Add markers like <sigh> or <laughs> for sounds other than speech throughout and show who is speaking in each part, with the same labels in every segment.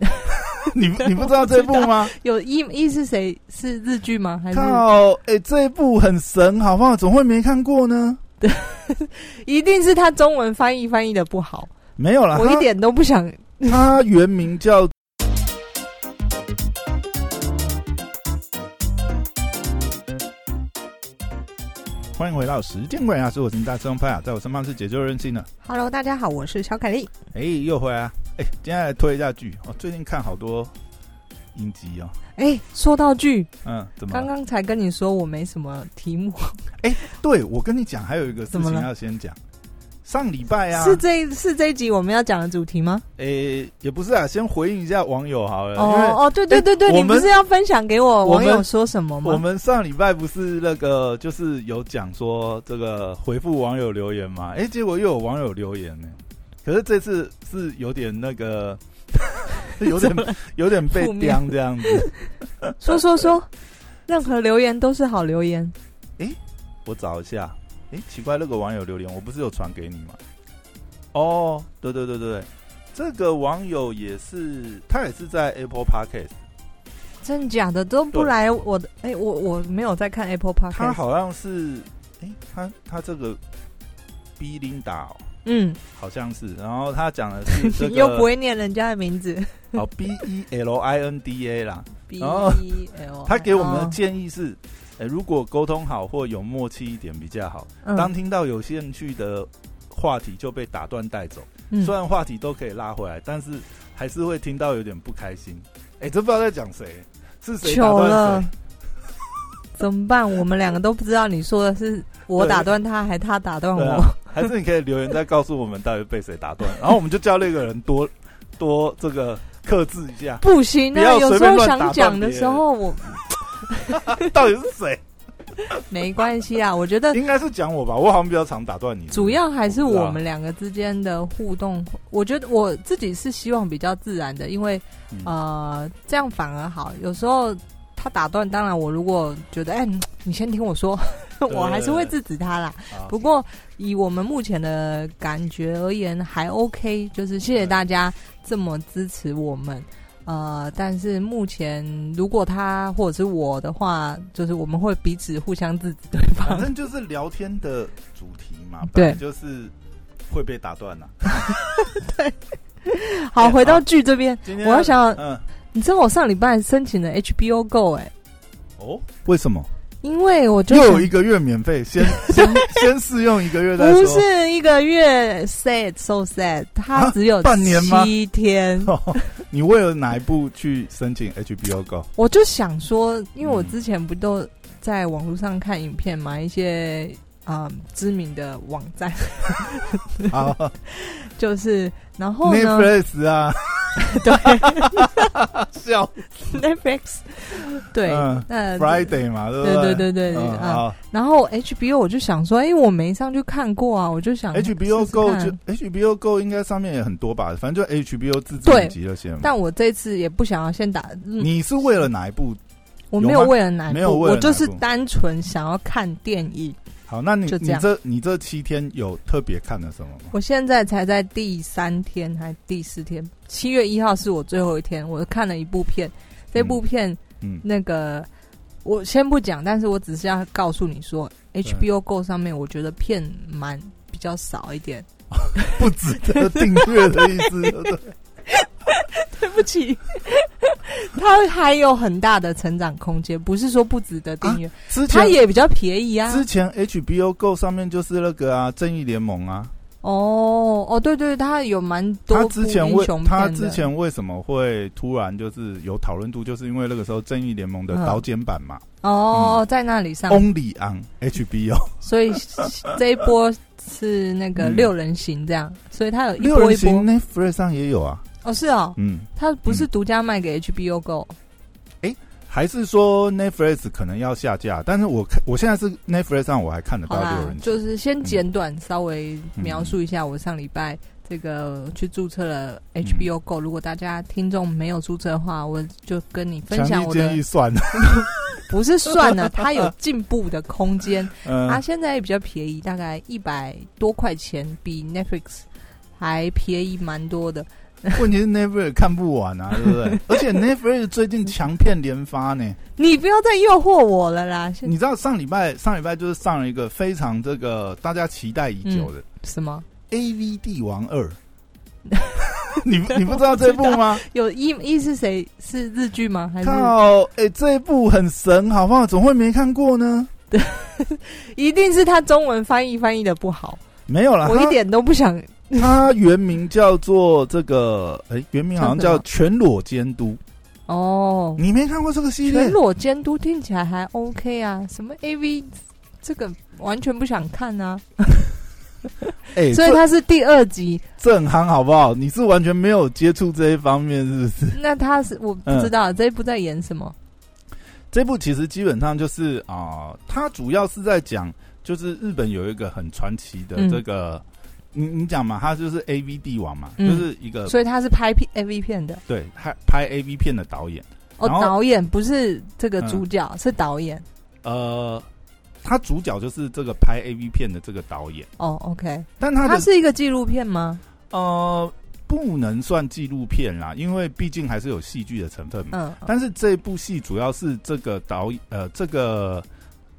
Speaker 1: <laughs> 你不你不知道这部吗？
Speaker 2: 有一一是谁？是日剧吗？还是
Speaker 1: 靠，哎、这一部很神，好不好？怎么会没看过呢？
Speaker 2: 一定是他中文翻译翻译的不好？
Speaker 1: 没有啦，
Speaker 2: 我一
Speaker 1: 它
Speaker 2: 点都不想。
Speaker 1: 它原名叫。欢迎回到时间管家，是我是大师兄派啊，在我身旁是解救任性的。
Speaker 2: Hello，大家好，我是小凯丽。
Speaker 1: 哎、又回来啊！哎、今天来推一下剧哦，最近看好多影集哦。
Speaker 2: 哎、说到剧，
Speaker 1: 嗯，怎么了？
Speaker 2: 刚刚才跟你说我没什么题目，
Speaker 1: 对我跟你讲，还有一个事
Speaker 2: 怎么
Speaker 1: 情
Speaker 2: 了
Speaker 1: 要先讲。上礼拜啊，
Speaker 2: 是这是这一集我们要讲的主题吗？
Speaker 1: 诶、也不是啊，先回应一下网友好了，呃因为
Speaker 2: 哦哦，对对对对，
Speaker 1: 哎我
Speaker 2: 你
Speaker 1: 们
Speaker 2: 不是要分享给我
Speaker 1: 我
Speaker 2: 网
Speaker 1: 们
Speaker 2: 友说什么
Speaker 1: 我
Speaker 2: 吗？
Speaker 1: 们上礼拜不是那个，就是有讲说这个回复网友留言嘛？哎、结果又有网友留言呢、可是这次是有点那个， <laughs> 有点有点被
Speaker 2: 负面
Speaker 1: 刁这样子。
Speaker 2: 说
Speaker 1: 呃
Speaker 2: 说说，任何留言都是好留言。
Speaker 1: 我找一下，哎、奇怪，那个网友留言，我不是有传给你吗？哦，对对对对对，这个网友也是，他也是在 Apple Podcast，
Speaker 2: 真假的都不
Speaker 1: 对
Speaker 2: 来我的，哎、我我没有在看 Apple Park。
Speaker 1: 他好像是，哎、他他这个 B 琳达、哦、
Speaker 2: 嗯，
Speaker 1: 好像是，然后他讲的是这个，
Speaker 2: <laughs> 又不会念人家的名字。
Speaker 1: 哦 B E L I N D A 啦，
Speaker 2: B E
Speaker 1: 哦
Speaker 2: L，
Speaker 1: 他给我们的建议是，哎、如果沟通好或有默契一点比较好。
Speaker 2: 嗯
Speaker 1: 当听到有兴趣的话题就被打断带走，
Speaker 2: 嗯
Speaker 1: 虽然话题都可以拉回来，但是还是会听到有点不开心。哎、这不知道在讲谁，是谁打
Speaker 2: 糗了
Speaker 1: 断谁？，
Speaker 2: 怎么办？我们两个都不知道你说的是我
Speaker 1: 对
Speaker 2: 打断他，还他打断
Speaker 1: 对
Speaker 2: 我。
Speaker 1: 啊， <laughs> 还是你可以留言再告诉我们到底被谁打断，然后我们就叫那个人多 <laughs> 多这个克制一
Speaker 2: <laughs>
Speaker 1: 下，
Speaker 2: 不行
Speaker 1: 不要
Speaker 2: 啊，有
Speaker 1: 随
Speaker 2: 时
Speaker 1: 便
Speaker 2: 候
Speaker 1: 乱打
Speaker 2: 想
Speaker 1: 断
Speaker 2: 讲的
Speaker 1: 别
Speaker 2: 时候我
Speaker 1: 到底是谁？
Speaker 2: 没关系
Speaker 1: <laughs>
Speaker 2: 啊。我觉得
Speaker 1: 应该是讲我吧，我好像比较常打断你。
Speaker 2: 主要还是
Speaker 1: 我不知道
Speaker 2: 我们两个之间的互动，我觉得我自己是希望比较自然的，因为
Speaker 1: 嗯
Speaker 2: 呃这样反而好。有时候他打断，当然我如果觉得哎、嗯你先听我说，
Speaker 1: 对
Speaker 2: <laughs> 我还是会制止他啦。
Speaker 1: 啊
Speaker 2: 不过以我们目前的感觉而言，还 OK，就是谢谢大家这么支持我们。呃，但是目前如果他或者是我的话，就是我们会彼此互相制止对 <laughs>
Speaker 1: 反
Speaker 2: 方。
Speaker 1: 正就是聊天的主题嘛，
Speaker 2: 对
Speaker 1: 本来就是会被打断啊了。
Speaker 2: 好，
Speaker 1: 哎
Speaker 2: 回到
Speaker 1: 好
Speaker 2: 剧这边，
Speaker 1: 今
Speaker 2: 我
Speaker 1: 天
Speaker 2: 要想，
Speaker 1: 嗯，
Speaker 2: 你知道我上礼拜申请了 HBO Go 哎、
Speaker 1: 哦，为什么
Speaker 2: 因为我就
Speaker 1: 又有
Speaker 2: 想
Speaker 1: 一个月免费？
Speaker 2: <laughs>
Speaker 1: 先先先试用一个月再说。
Speaker 2: 不是一个月 sad so sad，它
Speaker 1: 啊
Speaker 2: 只有
Speaker 1: 半年吗
Speaker 2: 七
Speaker 1: <laughs>
Speaker 2: 天。
Speaker 1: <laughs> 你为了哪一部去申请 HBO
Speaker 2: <laughs>
Speaker 1: Go？
Speaker 2: 我就想说，因为我
Speaker 1: 嗯
Speaker 2: 之前不都在网络上看影片嘛，一些啊、嗯知名的网站， <laughs>
Speaker 1: 啊
Speaker 2: 就是然后呢
Speaker 1: ，Netflix 啊，
Speaker 2: 对 <laughs>
Speaker 1: 笑 <laughs>
Speaker 2: Netflix，对，
Speaker 1: 嗯
Speaker 2: 那
Speaker 1: Friday 嘛，对不
Speaker 2: 对
Speaker 1: 对
Speaker 2: 对对对
Speaker 1: 嗯
Speaker 2: 啊、
Speaker 1: 好
Speaker 2: 然后 HBO 我就想说，哎、我没上去看过啊，我就想
Speaker 1: ，HBO Go
Speaker 2: 试试
Speaker 1: 就
Speaker 2: 看
Speaker 1: HBO Go 应该上面也很多吧，反正就 HBO 自制影集那些嘛。
Speaker 2: 但我这次也不想要先打，嗯、
Speaker 1: 你是为了哪一部？
Speaker 2: 我
Speaker 1: 有
Speaker 2: 没有
Speaker 1: 吗
Speaker 2: 为了哪一
Speaker 1: 没有
Speaker 2: 部
Speaker 1: 为了
Speaker 2: 我就
Speaker 1: 哪一
Speaker 2: 是
Speaker 1: 部
Speaker 2: 单纯想要看电影。
Speaker 1: 好，那你
Speaker 2: 就这
Speaker 1: 你
Speaker 2: 样
Speaker 1: 这你这七天有特别看了什么吗？ <laughs>
Speaker 2: 我现在才在第三天还第四天，七月一号是我最后一天，我看了一部片，这部片、
Speaker 1: 嗯
Speaker 2: 那个我先不讲，但是我只是要告诉你说，HBO Go 上面我觉得片蛮比较少一
Speaker 1: <laughs>
Speaker 2: 点。
Speaker 1: 不值得订阅的意思，对不对？
Speaker 2: 对不起， <laughs> 它还有很大的成长空间，不是说不值得订阅，
Speaker 1: 啊
Speaker 2: <laughs>
Speaker 1: 之
Speaker 2: 它
Speaker 1: 前
Speaker 2: 也比较便宜啊。
Speaker 1: 之前 HBO Go 上面就是那个啊，《正义联盟》啊，
Speaker 2: 哦哦，对对，它有蛮多
Speaker 1: 他
Speaker 2: 部
Speaker 1: 之前
Speaker 2: 英
Speaker 1: 为
Speaker 2: 雄片
Speaker 1: 他
Speaker 2: 的哦
Speaker 1: 之前为什么会突然就是有讨论度，就是因为那个时候《正义联盟》的
Speaker 2: 嗯
Speaker 1: 导剪版嘛、嗯
Speaker 2: 哦、在那里上
Speaker 1: o n l y on HBO，
Speaker 2: 所以这一波是那个
Speaker 1: 嗯
Speaker 2: 六人行这样，所以它有一
Speaker 1: 六
Speaker 2: 波
Speaker 1: 人
Speaker 2: 一
Speaker 1: 行
Speaker 2: 波。
Speaker 1: Netflix 上也有啊，
Speaker 2: 哦，是哦，
Speaker 1: 嗯，
Speaker 2: 它不是独家卖给 HBO Go，
Speaker 1: 还是说 Netflix 可能要下架，但是我看我现在是 Netflix 上我还看得
Speaker 2: 好
Speaker 1: 到
Speaker 2: 啦
Speaker 1: 六人，行，
Speaker 2: 就是先简短稍微描述一下我上礼拜。这个去注册
Speaker 1: 嗯
Speaker 2: 了 HBO Go，、如果大家听众没有注册的话，我就跟你分享
Speaker 1: 强
Speaker 2: 我
Speaker 1: 力 <laughs>
Speaker 2: 的
Speaker 1: 建议算
Speaker 2: <laughs>
Speaker 1: 了，
Speaker 2: 不是算了，它有进步的空间。
Speaker 1: <laughs> 嗯、
Speaker 2: 它现在也比较便宜，大概一百多块钱，比 Netflix 还便宜蛮多的。
Speaker 1: 问题是 Netflix 看不完啊，对不
Speaker 2: <laughs>
Speaker 1: 对？而且 Netflix 最近强片连发呢，
Speaker 2: 你不要再诱惑我了啦！现
Speaker 1: 你知道上礼拜上礼拜就是上了一个非常这个大家期待已久的《
Speaker 2: 什么
Speaker 1: A V 帝王
Speaker 2: <laughs>
Speaker 1: 二》你不你不知道这部吗？
Speaker 2: 有一一是谁是日剧吗？还是
Speaker 1: 靠，哎、这部很神，好不好？怎么会没看过呢？
Speaker 2: 一定是他中文翻译翻译的不好？
Speaker 1: 没有啦，
Speaker 2: 我一
Speaker 1: 它
Speaker 2: 点都不想。
Speaker 1: 它原名叫做这个，哎、原名好像叫
Speaker 2: 叫什么
Speaker 1: 《全裸监督》，
Speaker 2: 哦，
Speaker 1: 你没看过这个系列
Speaker 2: 全？裸监督听起来还 OK 啊，什么 AV 这个完全不想看啊，
Speaker 1: 哎、
Speaker 2: 所以
Speaker 1: 这
Speaker 2: 他是第二集。
Speaker 1: 正夯好不好？你是完全没有接触这一方面，是不是？
Speaker 2: 那他是我不知
Speaker 1: 嗯
Speaker 2: 道、这一部在演什么，
Speaker 1: 这部其实基本上就是啊、它主要是在讲，就是日本有一个很传奇的
Speaker 2: 嗯
Speaker 1: 这个，你你讲嘛，他就是 A V 帝王嘛，
Speaker 2: 嗯
Speaker 1: 就是一个
Speaker 2: 所以他是拍 P AV 片的。
Speaker 1: 对拍拍 A V 片的导演。
Speaker 2: 哦，
Speaker 1: 然后嗯
Speaker 2: 导演不是这个主角，是导演。
Speaker 1: 呃，他主角就是这个拍 A V 片的这个导演，
Speaker 2: 哦，OK，
Speaker 1: 但他的
Speaker 2: 它是一个纪录片吗？
Speaker 1: 呃不能算纪录片啦，因为毕竟还是有戏剧的成分嘛。
Speaker 2: 嗯，
Speaker 1: 但是这部戏主要是这个导演呃这个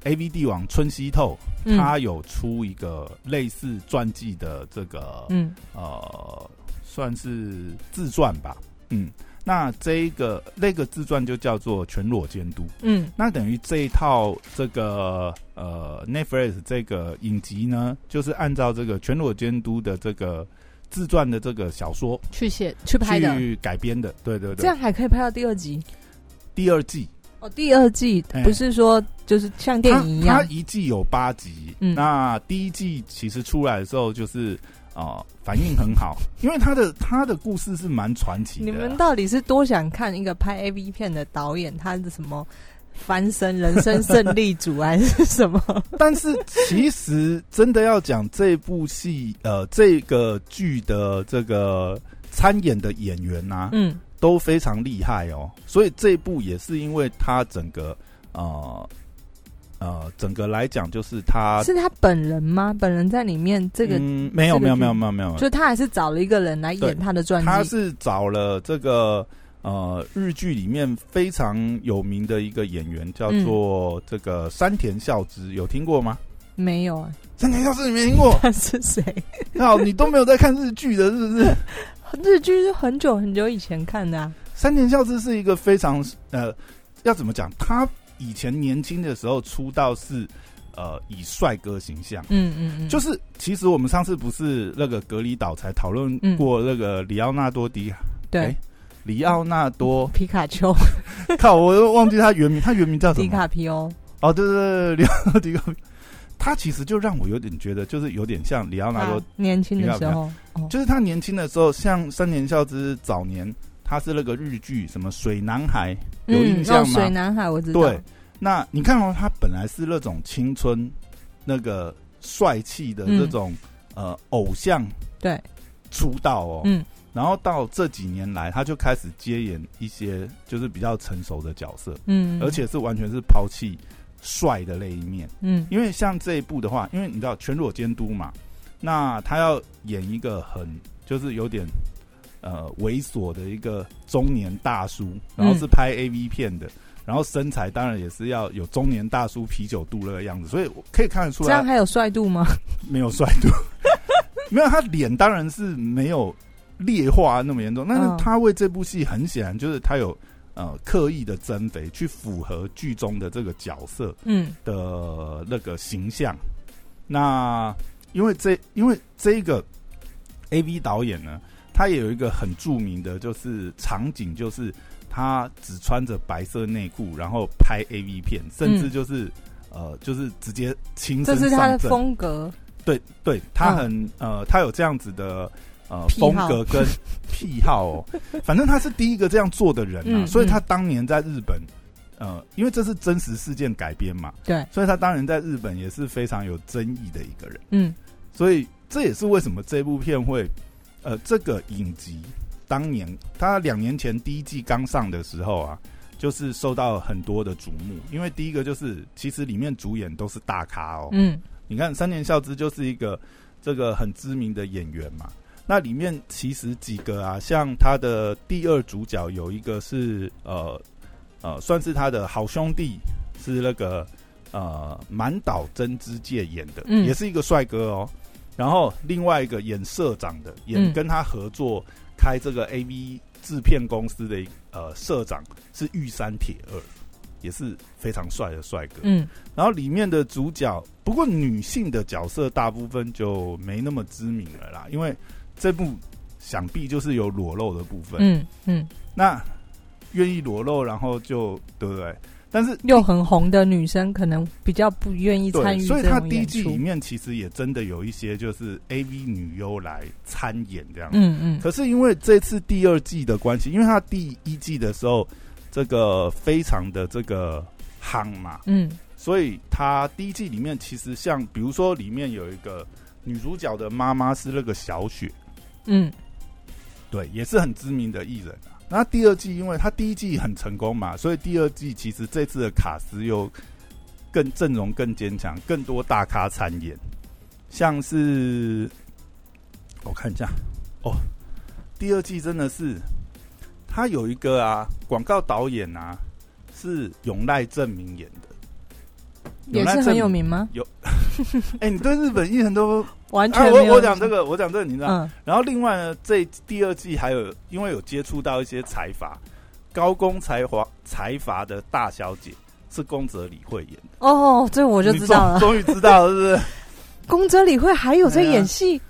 Speaker 1: A V 帝王春熙透，
Speaker 2: 嗯
Speaker 1: 他有出一个类似传记的这个、
Speaker 2: 嗯
Speaker 1: 呃算是自传吧，嗯。那这一个那个自传就叫做《全裸监督》，
Speaker 2: 嗯
Speaker 1: 那等于这一套这个呃 Netflix 这个影集呢，就是按照这个《全裸监督》的这个自传的这个小说
Speaker 2: 去写去拍的，
Speaker 1: 去改编的，对对
Speaker 2: 这
Speaker 1: 对
Speaker 2: 样，还可以拍到第二集。
Speaker 1: 第二季。
Speaker 2: 哦，第二季
Speaker 1: 哎
Speaker 2: 不是说就是像电影一
Speaker 1: 它
Speaker 2: 样
Speaker 1: 它，一季有八集，
Speaker 2: 嗯
Speaker 1: 那第一季其实出来的时候就是呃反应很好，因为它的它的故事是蛮传奇的啊。
Speaker 2: 你们到底是多想看一个拍 A V 片的导演他的什么翻身人生胜利组还是什么？
Speaker 1: <laughs> 但是其实真的要讲这部戏，呃，这个剧的这个参演的演员啊呐、
Speaker 2: 嗯
Speaker 1: 都非常厉害哦，所以这部也是因为它整个呃呃整个来讲就是它。
Speaker 2: 是他本人吗？本人在里面这个，
Speaker 1: 啊嗯，没有
Speaker 2: 这个
Speaker 1: 没有没有
Speaker 2: 剧
Speaker 1: 没有没有，
Speaker 2: 就他还是找了一个人来
Speaker 1: 对
Speaker 2: 演他的传
Speaker 1: 他
Speaker 2: 记。
Speaker 1: 是找了这个呃日剧里面非常有名的一个演员，叫
Speaker 2: 嗯
Speaker 1: 做这个山田孝之，有听过吗？
Speaker 2: 没有啊， <laughs>？
Speaker 1: 山田孝之你没听过 <laughs>
Speaker 2: 他是谁？
Speaker 1: 靠，你都没有在看日剧的，是不
Speaker 2: <laughs>
Speaker 1: 是？
Speaker 2: 日剧是很久很久以前看的啊。
Speaker 1: 山田孝之是一个非常呃，要怎么讲？他以前年轻的时候出道是呃以帅哥形象。
Speaker 2: 嗯嗯嗯，
Speaker 1: 就是，其实我们上次不是那个隔离岛才讨论
Speaker 2: 嗯
Speaker 1: 过那个里奥纳多迪、
Speaker 2: 对
Speaker 1: 哎里奥纳多，
Speaker 2: 皮卡丘、
Speaker 1: 靠，我又忘记他原名，他原名叫什
Speaker 2: 迪
Speaker 1: 么？
Speaker 2: 卡皮欧。
Speaker 1: 哦，对对对，里奥纳多迪卡皮，他其实就让我有点觉得，就是有点像里奥纳多，
Speaker 2: 啊年轻的时候，哦，
Speaker 1: 就是他年轻的时候，像山田孝之早年，他是那个日剧什么《水男孩》，有印象
Speaker 2: 嗯、哦
Speaker 1: 吗
Speaker 2: 水男孩我知道，
Speaker 1: 对，那你看哦，他本来是那种青春、那个帅气的
Speaker 2: 嗯
Speaker 1: 这种、呃偶像
Speaker 2: 对
Speaker 1: 出道哦，
Speaker 2: 嗯，
Speaker 1: 然后到这几年来，他就开始接演一些就是比较成熟的角色，
Speaker 2: 嗯，
Speaker 1: 而且是完全是抛弃帅的那一面。
Speaker 2: 嗯
Speaker 1: 因为像这一部的话，因为你知道全裸监督嘛，那他要演一个很就是有点呃猥琐的一个中年大叔，然后嗯是拍 A V 片的，然后身材当然也是要有中年大叔啤酒肚那个样子，所以我可以看得出
Speaker 2: 这样
Speaker 1: 来
Speaker 2: 还有帅
Speaker 1: <laughs>
Speaker 2: 度吗？
Speaker 1: 没有帅 <laughs> 度，没有他脸当然是没有劣化那么严重，但是
Speaker 2: 嗯
Speaker 1: 他为这部戏很显然就是他有。呃，刻意的增肥去符合剧中的这个角色，
Speaker 2: 嗯
Speaker 1: 的那个形象。那因为这因为这一个 A V 导演呢，他也有一个很著名的就是场景，就是他只穿着白色内裤，然后拍 A V 片，甚至就是、呃，就是直接亲
Speaker 2: 这
Speaker 1: 身
Speaker 2: 是他
Speaker 1: 上
Speaker 2: 的
Speaker 1: 阵。
Speaker 2: 风格，
Speaker 1: 对对，他很、呃，他有这样子的。呃，
Speaker 2: 嗯癖
Speaker 1: 风
Speaker 2: 好
Speaker 1: 格
Speaker 2: <laughs>
Speaker 1: 跟癖好哦，反正他是第一个这样做的人啊，
Speaker 2: 嗯
Speaker 1: 所以他当年在日本，呃，因为这是真实事件改编嘛，
Speaker 2: 对，
Speaker 1: 所以他当然在日本也是非常有争议的一个人，
Speaker 2: 嗯
Speaker 1: 所以这也是为什么这部片会，呃，这个影集当年他两年前第一季刚上的时候啊，就是受到很多的瞩目，因为第一个就是其实里面主演都是大咖哦，
Speaker 2: 嗯
Speaker 1: 你看山田孝之就是一个这个很知名的演员嘛，那里面其实几个啊，像他的第二主角有一个是呃呃，算是他的好兄弟，是那个呃满岛真之介演的，
Speaker 2: 嗯
Speaker 1: 也是一个帅哥哦。然后另外一个演社长的，演
Speaker 2: 嗯
Speaker 1: 跟他合作开这个 A V 制片公司的一呃社长是玉山铁二，也是非常帅的帅哥。
Speaker 2: 嗯
Speaker 1: 然后里面的主角，不过女性的角色大部分就没那么知名了啦，因为这部想必就是有裸露的部分。
Speaker 2: 嗯嗯，
Speaker 1: 那愿意裸露，然后就对不对？但是
Speaker 2: 又很红的女生可能比较不愿意参
Speaker 1: 对，
Speaker 2: 与
Speaker 1: 所以
Speaker 2: 这
Speaker 1: 他
Speaker 2: 种
Speaker 1: 第一
Speaker 2: 演
Speaker 1: 季
Speaker 2: 出
Speaker 1: 里。面其实也真的有一些就是 A V 女优来参演这样。
Speaker 2: 嗯嗯，
Speaker 1: 可是因为这次第二季的关系，因为他第一季的时候这个非常的这个夯嘛，
Speaker 2: 嗯
Speaker 1: 所以他第一季里面其实像，比如说里面有一个女主角的妈妈是那个小雪，
Speaker 2: 嗯
Speaker 1: 对，也是很知名的艺人啊。那第二季，因为他第一季很成功嘛，所以第二季其实这次的卡斯又更阵容更坚强，更多大咖参演，像是我看一下哦，第二季真的是他有一个啊广告导演啊是永濑正明演的。
Speaker 2: 也是很有名
Speaker 1: 啊
Speaker 2: 吗？
Speaker 1: 哎、你对日本艺人都
Speaker 2: 完
Speaker 1: 啊，
Speaker 2: 全没有。
Speaker 1: 我我讲这个，啊我讲这个，你知道。
Speaker 2: 嗯
Speaker 1: 然后另外呢，这第二季还有，因为有接触到一些财阀、高工财华财阀的大小姐，是宫泽理惠演的，
Speaker 2: 哦，这我
Speaker 1: 我
Speaker 2: 就知道了。
Speaker 1: 终终于知道了，是不
Speaker 2: <laughs>
Speaker 1: 是？
Speaker 2: 宫泽理惠还有在演戏，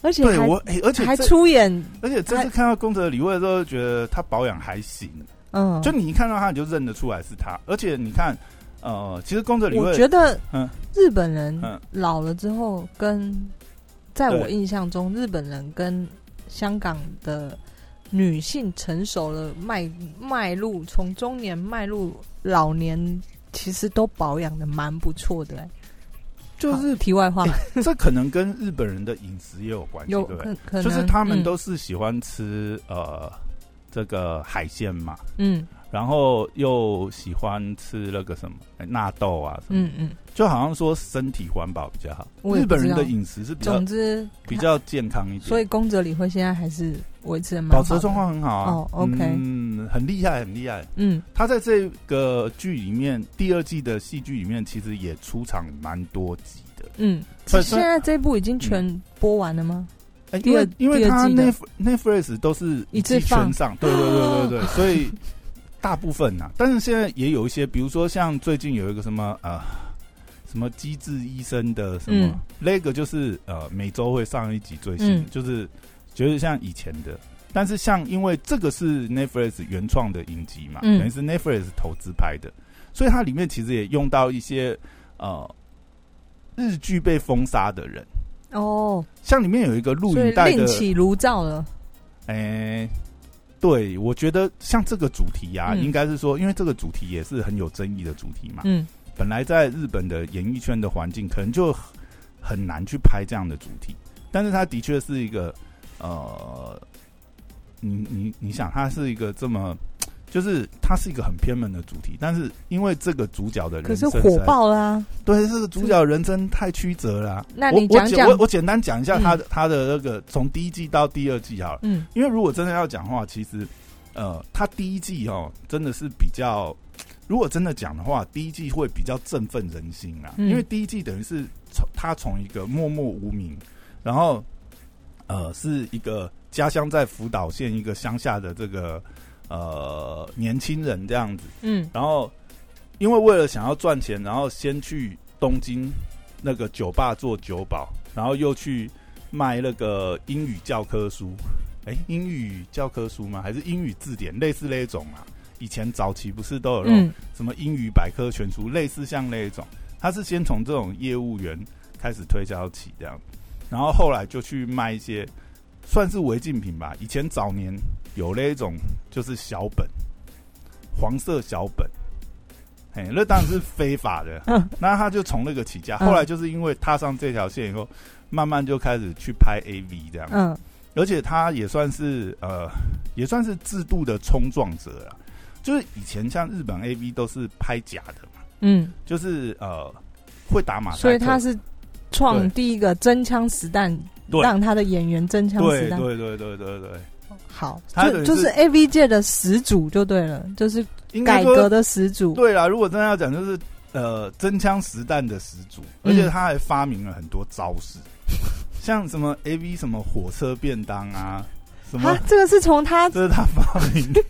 Speaker 2: 而且
Speaker 1: 啊对
Speaker 2: 还
Speaker 1: 我，哎、而且
Speaker 2: 还
Speaker 1: 这
Speaker 2: 出演，
Speaker 1: 而且这次看到宫泽理惠的时候，觉得她保养还行，
Speaker 2: 嗯，
Speaker 1: 就你一看到她，你就认得出来是她。而且你看，呃，其实宫泽理
Speaker 2: 我
Speaker 1: 惠
Speaker 2: 觉得
Speaker 1: 嗯
Speaker 2: 日本人
Speaker 1: 嗯
Speaker 2: 老了之后，跟在我
Speaker 1: 对
Speaker 2: 印象中，日本人跟香港的女性成熟了迈迈入从中年迈入老年，其实都保养的蛮不错的、欸。
Speaker 1: 就是
Speaker 2: 好题外话，
Speaker 1: 这可能跟日本人的饮食也有关系，对
Speaker 2: 有
Speaker 1: 不对？
Speaker 2: 可可能
Speaker 1: 就是他们
Speaker 2: 嗯
Speaker 1: 都是喜欢吃、呃这个海鲜嘛，
Speaker 2: 嗯
Speaker 1: 然后又喜欢吃那个什么哎纳豆啊什么，
Speaker 2: 嗯嗯，
Speaker 1: 就好像说身体环保比较好。
Speaker 2: 我也
Speaker 1: 日
Speaker 2: 不
Speaker 1: 本
Speaker 2: 知
Speaker 1: 人
Speaker 2: 道
Speaker 1: 的饮食是比较
Speaker 2: 总之，
Speaker 1: 比较健康一点，
Speaker 2: 所以宫泽理惠现在还是维持的蛮
Speaker 1: 保
Speaker 2: 好
Speaker 1: 持
Speaker 2: 的
Speaker 1: 状，况很好啊。
Speaker 2: 哦，OK
Speaker 1: 嗯，很厉害，很厉害。
Speaker 2: 嗯
Speaker 1: 他在这个剧里面，第二季的戏剧里面，其实也出场蛮多集的。
Speaker 2: 嗯。
Speaker 1: 所以
Speaker 2: 现在这部已经全
Speaker 1: 嗯
Speaker 2: 播完了吗？
Speaker 1: 哎
Speaker 2: 第
Speaker 1: 因
Speaker 2: 二
Speaker 1: 为因为
Speaker 2: 第二
Speaker 1: 他
Speaker 2: 季的
Speaker 1: Net Netflix 都是
Speaker 2: 一次
Speaker 1: 季
Speaker 2: 放
Speaker 1: 全上，对对对
Speaker 2: <laughs>
Speaker 1: 对对，所以大部分呐、但是现在也有一些，比如说像最近有一个什么呃什么机智医生的什么、
Speaker 2: 嗯
Speaker 1: 那个，就是呃每周会上一集最新的，
Speaker 2: 嗯
Speaker 1: 就是就是像以前的。但是像因为这个是 Netflix 原创的影集嘛，
Speaker 2: 嗯
Speaker 1: 等于是 Netflix 投资拍的，所以它里面其实也用到一些呃日剧被封杀的人，
Speaker 2: 哦，
Speaker 1: 像里面有一个录
Speaker 2: 所以
Speaker 1: 影带的
Speaker 2: 另起炉灶了。
Speaker 1: 诶、对，我觉得像这个主题呀、
Speaker 2: 嗯
Speaker 1: 应该是说，因为这个主题也是很有争议的主题嘛。
Speaker 2: 嗯
Speaker 1: 本来在日本的演艺圈的环境，可能就很难去拍这样的主题，但是它的确是一个呃，你你你想，它是一个这么。就是它是一个很偏门的主题，但是因为这个主角的，人
Speaker 2: 可是
Speaker 1: 生实在
Speaker 2: 火，爆啦、
Speaker 1: 对这个主角人生太曲折了、
Speaker 2: 那
Speaker 1: 我
Speaker 2: 你
Speaker 1: 我
Speaker 2: 讲嗯
Speaker 1: 简
Speaker 2: 讲
Speaker 1: 我，我简单讲一下他的、他的那个从第一季到第二季好了，
Speaker 2: 嗯
Speaker 1: 因为如果真的要讲话，其实呃，他第一季哦，真的是比较，如果真的讲的话，第一季会比较振奋人心啊，
Speaker 2: 嗯
Speaker 1: 因为第一季等于是从他从一个默默无名，然后呃是一个家乡在福岛县一个乡下的这个呃年轻人这样子，
Speaker 2: 嗯
Speaker 1: 然后因为为了想要赚钱，然后先去东京那个酒吧做酒保，然后又去卖那个英语教科书，哎，英语教科书吗？还是英语字典？类似那一种啊。以前早期不是都有那种
Speaker 2: 嗯
Speaker 1: 什么英语百科全书，类似像那一种，他是先从这种业务员开始推销起这样，然后后来就去卖一些算是违禁品吧。以前早年有那一种就是小本，黄色小本，哎，那当然是非法的。
Speaker 2: 嗯
Speaker 1: 那他就从那个起家，
Speaker 2: 嗯
Speaker 1: 后来就是因为踏上这条线以后，慢慢就开始去拍 AV 这样，
Speaker 2: 嗯
Speaker 1: 而且他也算是呃，也算是制度的冲撞者了。就是以前像日本 AV 都是拍假的嘛，
Speaker 2: 嗯，
Speaker 1: 就是呃会打马赛克，
Speaker 2: 所以他是创
Speaker 1: 对
Speaker 2: 第一个真枪实弹
Speaker 1: 对
Speaker 2: 让他的演员真枪实
Speaker 1: 对
Speaker 2: 弹。
Speaker 1: 对对对对对，
Speaker 2: 好，
Speaker 1: 他等
Speaker 2: 就
Speaker 1: 于
Speaker 2: 就是是 A V 界的始祖就对了，就是
Speaker 1: 应该
Speaker 2: 改革
Speaker 1: 说
Speaker 2: 的始祖。
Speaker 1: 对啦。如果真的要讲，就是呃真枪实弹的始祖，而
Speaker 2: 嗯
Speaker 1: 且他还发明了很多招
Speaker 2: <laughs>
Speaker 1: 式，像什么 A V 什么火车便当啊，什么
Speaker 2: 啊，这个是从他
Speaker 1: 这是他发明
Speaker 2: <laughs>
Speaker 1: 的。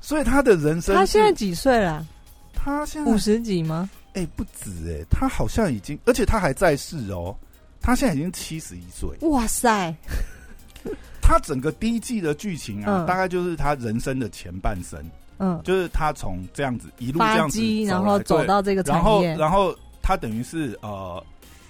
Speaker 1: 所以他的人生是，
Speaker 2: 他现在几岁了啊？
Speaker 1: 他现在
Speaker 2: 五十几吗？
Speaker 1: 哦哎、不止哎、他好像已经，而且他还在世哦，他现在已经七十一岁。
Speaker 2: 哇塞，
Speaker 1: 他整个第一季的剧情啊，
Speaker 2: 嗯
Speaker 1: 大概就是他人生的前半生，
Speaker 2: 嗯，
Speaker 1: 就是他从这样子一路这
Speaker 2: 发
Speaker 1: 样子
Speaker 2: 迹，
Speaker 1: 来
Speaker 2: 然后走，到这个
Speaker 1: 对然
Speaker 2: 产
Speaker 1: 后
Speaker 2: 业，
Speaker 1: 然后他等于是呃，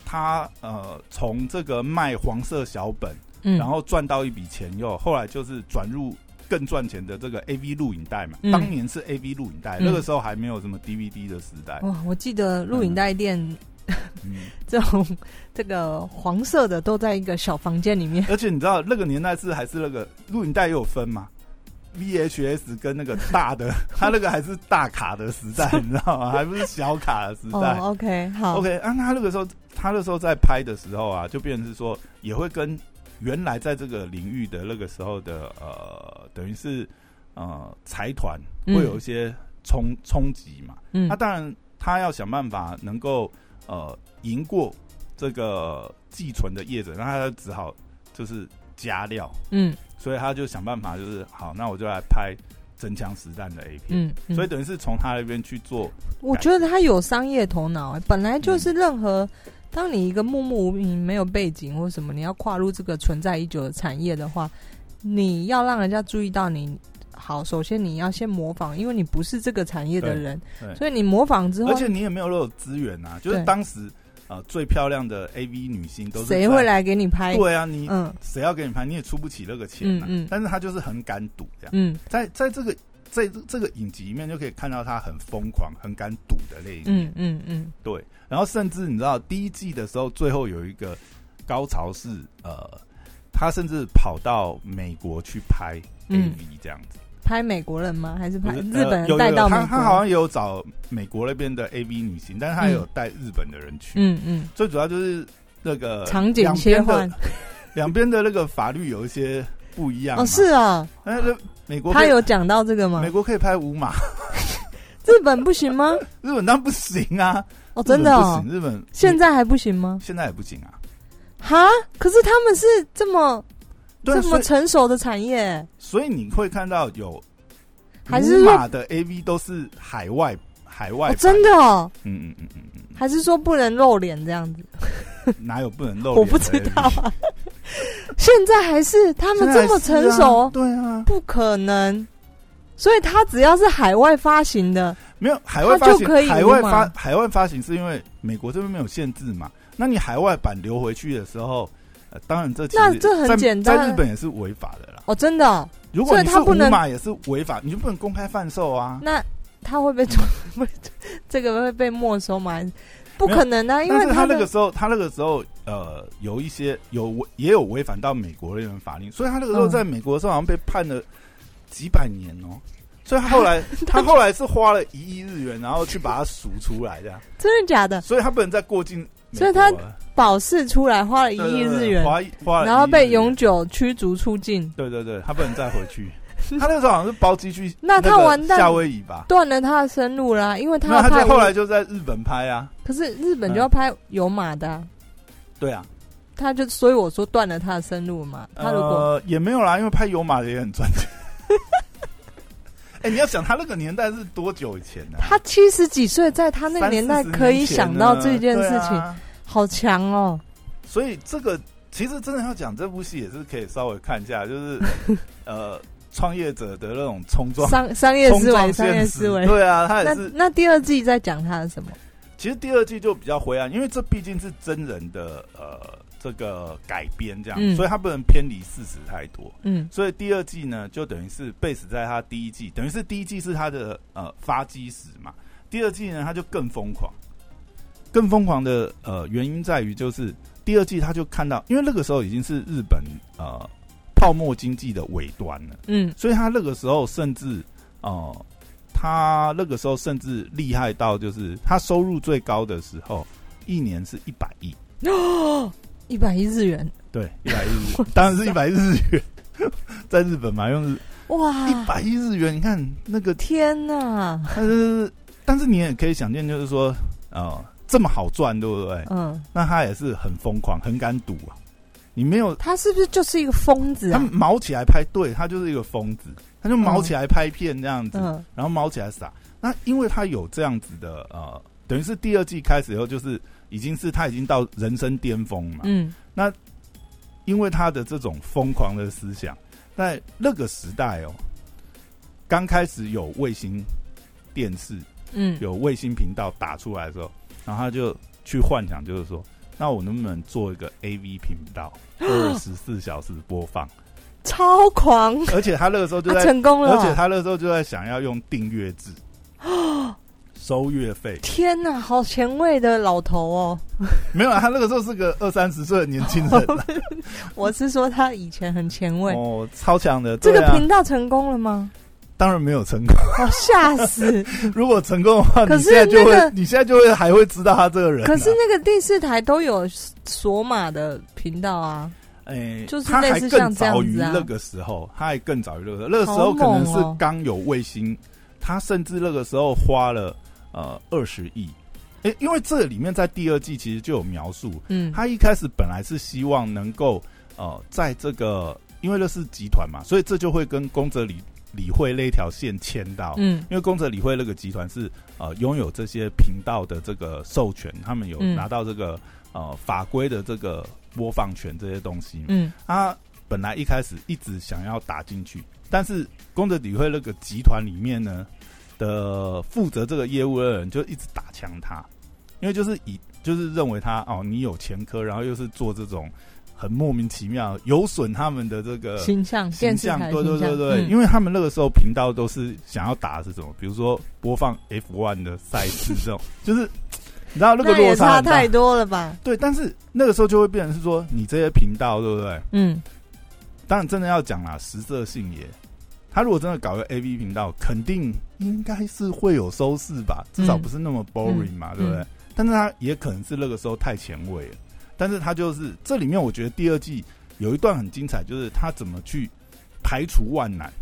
Speaker 1: 他呃从这个卖黄色小本，
Speaker 2: 嗯，
Speaker 1: 然后赚到一笔钱以后，后来就是转入更赚钱的这个 A V 录影带嘛。
Speaker 2: 嗯
Speaker 1: 当年是 A V 录影带，
Speaker 2: 嗯哦
Speaker 1: 那个时候还没有什么 D V D 的时代。
Speaker 2: 哇，我记得录影带店
Speaker 1: 嗯，
Speaker 2: 这种这个黄色的都在一个小房间里面，
Speaker 1: 而且你知道那个年代是还是那个录影带也有分嘛。VHS 跟那个大的， <laughs> 它那个还是大卡的时代，你知道吗？还不是小卡的时
Speaker 2: 哦
Speaker 1: 代。
Speaker 2: ，OK，好
Speaker 1: OK，啊，那他那个时候，他那时候在拍的时候啊，就变成是说，也会跟原来在这个领域的那个时候的呃，等于是呃财团会
Speaker 2: 嗯
Speaker 1: 有啊一些冲冲击嘛。
Speaker 2: 嗯
Speaker 1: 那、，当然，他要想办法能够呃赢过这个寄存的业者，那他就只好就是加料，
Speaker 2: 嗯
Speaker 1: 所以他就想办法就是好，那我就来拍真枪实弹的 A 片。
Speaker 2: 嗯，嗯
Speaker 1: 所以等于是从他那边去做，
Speaker 2: 我觉得他有商业头脑、欸，本来
Speaker 1: 嗯
Speaker 2: 就是任何。当你一个默默无名、没有背景或什么，你要跨入这个存在已久的产业的话，你要让人家注意到你。好，首先你要先模仿，因为你不是这个产业的
Speaker 1: 对
Speaker 2: 人
Speaker 1: 对，
Speaker 2: 所以你模仿之后
Speaker 1: 而，且你也没有那种资源啊，就是
Speaker 2: 啊对
Speaker 1: 当时呃最漂亮的 A V 女星都是
Speaker 2: 谁
Speaker 1: 在
Speaker 2: 会？来给你拍？
Speaker 1: 对啊，你
Speaker 2: 嗯
Speaker 1: 谁要给你拍？你也出不起那个钱啊。
Speaker 2: 嗯嗯
Speaker 1: 但是他就是很敢赌这样。
Speaker 2: 嗯
Speaker 1: 在在这个在这个影集里面就可以看到他很疯狂、很敢赌的那一面。
Speaker 2: 嗯嗯嗯
Speaker 1: 对，然后甚至你知道第一季的时候，最后有一个高潮是呃，他甚至跑到美国去拍 AV
Speaker 2: 嗯，
Speaker 1: 这样子，
Speaker 2: 拍美国人吗？还是
Speaker 1: 不
Speaker 2: 拍
Speaker 1: 是
Speaker 2: 日本
Speaker 1: 呃有
Speaker 2: 人带
Speaker 1: 有
Speaker 2: 到美
Speaker 1: 他
Speaker 2: 国？
Speaker 1: 他好像也有找美国那边的 AV 女星，但是他也有带日本的人去。
Speaker 2: 嗯嗯，
Speaker 1: 最主要就是那个
Speaker 2: 场景
Speaker 1: 两
Speaker 2: 切
Speaker 1: 边的
Speaker 2: 换
Speaker 1: 两边的那个法律有一些不一样嘛
Speaker 2: 哦，是啊，
Speaker 1: 哎，那美国可
Speaker 2: 他
Speaker 1: 以
Speaker 2: 有讲到这个吗
Speaker 1: 美？国可以拍五码，
Speaker 2: 日本不行吗？
Speaker 1: 日本当然不行啊，
Speaker 2: 哦，真的哦
Speaker 1: 日本，不行，日本
Speaker 2: 现在还不行吗？
Speaker 1: 现在也不行啊。
Speaker 2: 哈，可是他们是这么
Speaker 1: 对啊，
Speaker 2: 这
Speaker 1: 所
Speaker 2: 么
Speaker 1: 以
Speaker 2: 成熟的产业，
Speaker 1: 所以你会看到有
Speaker 2: 还是
Speaker 1: 五码的 AV 都是海外海外
Speaker 2: 哦
Speaker 1: 版、、
Speaker 2: 真的哦，
Speaker 1: 嗯，嗯嗯嗯嗯
Speaker 2: 还是说不能露脸这样子？
Speaker 1: 嗯，哪有不能露脸的 AV？
Speaker 2: <laughs> 我不知道啊。现在还是他
Speaker 1: 现
Speaker 2: 们
Speaker 1: 在还是啊，
Speaker 2: 这么成熟，
Speaker 1: 对啊，
Speaker 2: 不可能。所以他只要是海外发行的，
Speaker 1: 没有海外发
Speaker 2: 他
Speaker 1: 行
Speaker 2: 就可，以
Speaker 1: 海外
Speaker 2: 无码
Speaker 1: 发海外发行是因为美国这边没有限制嘛？那你海外版流回去的时候，呃、当然这其实
Speaker 2: 那这很
Speaker 1: 在
Speaker 2: 简单
Speaker 1: 在日本也是违法的啦。
Speaker 2: 哦，真的哦、
Speaker 1: 如果你
Speaker 2: 所以
Speaker 1: 是
Speaker 2: 他不
Speaker 1: 无
Speaker 2: 能
Speaker 1: 码也是违法，你就不能公开贩售啊。
Speaker 2: 那他会被抓？不是这个会被没收吗？还是不可能啊，因
Speaker 1: 但
Speaker 2: 为
Speaker 1: 是他那
Speaker 2: 的
Speaker 1: 个时候，他那个时候呃，有一些有违也有违反到美国那边法令，所以他那个时候
Speaker 2: 嗯
Speaker 1: 在美国的时候好像被判了几百年哦。所以他后
Speaker 2: <laughs>
Speaker 1: 来，他后来是花了一亿日元，然后去把它赎出来，
Speaker 2: <laughs>
Speaker 1: 这样，
Speaker 2: 真的假的？
Speaker 1: 所以他不能再过境美国
Speaker 2: 所以
Speaker 1: 了。
Speaker 2: 他保释出来花了一
Speaker 1: 一
Speaker 2: 亿日元，
Speaker 1: 花花了
Speaker 2: 然后
Speaker 1: 1亿
Speaker 2: 被
Speaker 1: 日元
Speaker 2: 永久驱逐出境，
Speaker 1: 对对对，他不能再回去。 <laughs> 他那时候好像是包机去
Speaker 2: 那他
Speaker 1: 个
Speaker 2: 完蛋
Speaker 1: 夏威夷吧？
Speaker 2: 断了他的生路啦、因为他
Speaker 1: 那
Speaker 2: 要
Speaker 1: 他
Speaker 2: 派
Speaker 1: 在
Speaker 2: 五
Speaker 1: 后来就在日本拍啊，
Speaker 2: 可是日本就要拍有马的啊、
Speaker 1: 对啊，
Speaker 2: 他就所以我说断了他的生路嘛。他如果、
Speaker 1: 呃也没有啦，因为拍有马的也很赚
Speaker 2: <laughs>
Speaker 1: 钱。哎、你要想他那个年代是多久以前呢、啊？
Speaker 2: 他七十几岁，在他那个
Speaker 1: 三
Speaker 2: 年代
Speaker 1: 四十
Speaker 2: 可以
Speaker 1: 年前
Speaker 2: 想
Speaker 1: 呢
Speaker 2: 到这件事
Speaker 1: 对
Speaker 2: 情，
Speaker 1: 啊
Speaker 2: 好强哦。
Speaker 1: 所以这个其实真的要讲，这部戏也是可以稍微看一下，就是
Speaker 2: <laughs>
Speaker 1: 呃创业者的那种冲撞。
Speaker 2: 商商业
Speaker 1: 冲
Speaker 2: 思维，
Speaker 1: 撞
Speaker 2: 商业
Speaker 1: 现
Speaker 2: 思
Speaker 1: 实，
Speaker 2: 维。
Speaker 1: 对啊，他也
Speaker 2: 那
Speaker 1: 是。
Speaker 2: 那第二季在讲他的什么？
Speaker 1: 其实第二季就比较灰暗，因为这毕竟是真人的呃这个改编，这样，
Speaker 2: 嗯
Speaker 1: 所以他不能偏离事实太多。
Speaker 2: 嗯
Speaker 1: 所以第二季呢，就等于是 base 在他第一季，等于是第一季是他的呃发基石嘛。第二季呢，他就更疯狂，更疯狂的呃原因在于就是第二季他就看到，因为那个时候已经是日本呃泡沫经济的尾端了，
Speaker 2: 嗯
Speaker 1: 所以他那个时候甚至呃他那个时候甚至厉害到就是他收入最高的时候，一年是一百亿，
Speaker 2: 一百亿日元，
Speaker 1: 对，一百亿日元，当然是一百日元， <laughs> 在日本嘛，用
Speaker 2: 哇，
Speaker 1: 一百亿日元，你看那个，
Speaker 2: 天呐，
Speaker 1: 但是但是你也可以想见，就是说，呃，这么好赚，对不对？
Speaker 2: 嗯，
Speaker 1: 那他也是很疯狂，很敢赌啊。你没有
Speaker 2: 他是不是就是一个疯子
Speaker 1: 他
Speaker 2: 啊？
Speaker 1: 毛起来拍，对他就是一个疯子，他就毛起来拍片这样子，
Speaker 2: 嗯
Speaker 1: 然后毛起来撒。那因为他有这样子的呃，等于是第二季开始以后，就是已经是他已经到人生巅峰嘛。
Speaker 2: 嗯
Speaker 1: 因为他的这种疯狂的思想，在那个时代哦，刚开始有卫星电视、
Speaker 2: 嗯，
Speaker 1: 有卫星频道打出来的时候，然后他就去幻想，就是说，那我能不能做一个 AV 频
Speaker 2: <gasps>
Speaker 1: 道，二十四小时播
Speaker 2: <laughs>
Speaker 1: 放？
Speaker 2: 超狂，
Speaker 1: 而且他那个时候就
Speaker 2: 他
Speaker 1: 在
Speaker 2: 成功了
Speaker 1: 而，且他那时候就在想要用订阅
Speaker 2: <gasps>
Speaker 1: 制收月费，
Speaker 2: 天呐，好前卫的老头
Speaker 1: <laughs>
Speaker 2: 哦！
Speaker 1: 没有啊，他那个时候是个二三十岁的年轻人
Speaker 2: <laughs>
Speaker 1: 啊
Speaker 2: 我是说他以前很前卫，
Speaker 1: 哦，超强的。
Speaker 2: 这
Speaker 1: 对
Speaker 2: 个
Speaker 1: 啊、
Speaker 2: 频道成功了吗？
Speaker 1: 当然没有成功，
Speaker 2: 哦，吓
Speaker 1: <laughs>
Speaker 2: 死！
Speaker 1: 如果成功的啊话，
Speaker 2: 可
Speaker 1: 你
Speaker 2: 是
Speaker 1: 现在就
Speaker 2: 那个
Speaker 1: 会，你现在就会还会知道他这个人啊、
Speaker 2: 可是那个电视台都有索马的频道啊，
Speaker 1: 哎、
Speaker 2: 就是
Speaker 1: 他
Speaker 2: 类
Speaker 1: 还
Speaker 2: 似像
Speaker 1: 更
Speaker 2: 这样
Speaker 1: 早于
Speaker 2: 子啊
Speaker 1: 那个时候，他还更早于那个时候，那个时候可能
Speaker 2: 好猛哦
Speaker 1: 是刚有卫星，他甚至那个时候花了呃二十亿。哎、因为这里面在第二季其实就有描述，
Speaker 2: 嗯
Speaker 1: 他一开始本来是希望能够呃，在这个因为那是集团嘛，所以这就会跟宫泽理理会那条线牵到。
Speaker 2: 嗯
Speaker 1: 因为宫泽理会那个集团是呃拥有这些频道的这个授权，他们有
Speaker 2: 嗯
Speaker 1: 拿到这个、呃法规的这个播放权这些东西。
Speaker 2: 嗯
Speaker 1: 他本来一开始一直想要打进去，但是宫泽理会那个集团里面呢的负责这个业务的人就一直打枪他，因为就是以就是认为他哦你有前科，然后又是做这种很莫名其妙有损他们的这个
Speaker 2: 形象
Speaker 1: 呃形
Speaker 2: 电视
Speaker 1: 象，
Speaker 2: 台
Speaker 1: 对对
Speaker 2: 形象
Speaker 1: 对对，
Speaker 2: 嗯
Speaker 1: 因为他们那个时候频道都是想要打的是什么，比如说播放 F1 的赛事这
Speaker 2: <laughs>
Speaker 1: 种，就是你知道那个
Speaker 2: 也
Speaker 1: 落差
Speaker 2: 差
Speaker 1: 很大
Speaker 2: 太，多了吧？
Speaker 1: 对，但是那个时候就会变成是说你这些频道对不对？
Speaker 2: 嗯，
Speaker 1: 当然真的要讲啦，实色性也。他如果真的搞个 A V 频道，肯定应该是会有收视吧，至少
Speaker 2: 嗯
Speaker 1: 不是那么 boring 嘛，
Speaker 2: 嗯
Speaker 1: 对不对？
Speaker 2: 嗯
Speaker 1: 但是他也可能是那个时候太前卫了，但是他就是这里面，我觉得第二季有一段很精彩，就是他怎么去排除万难。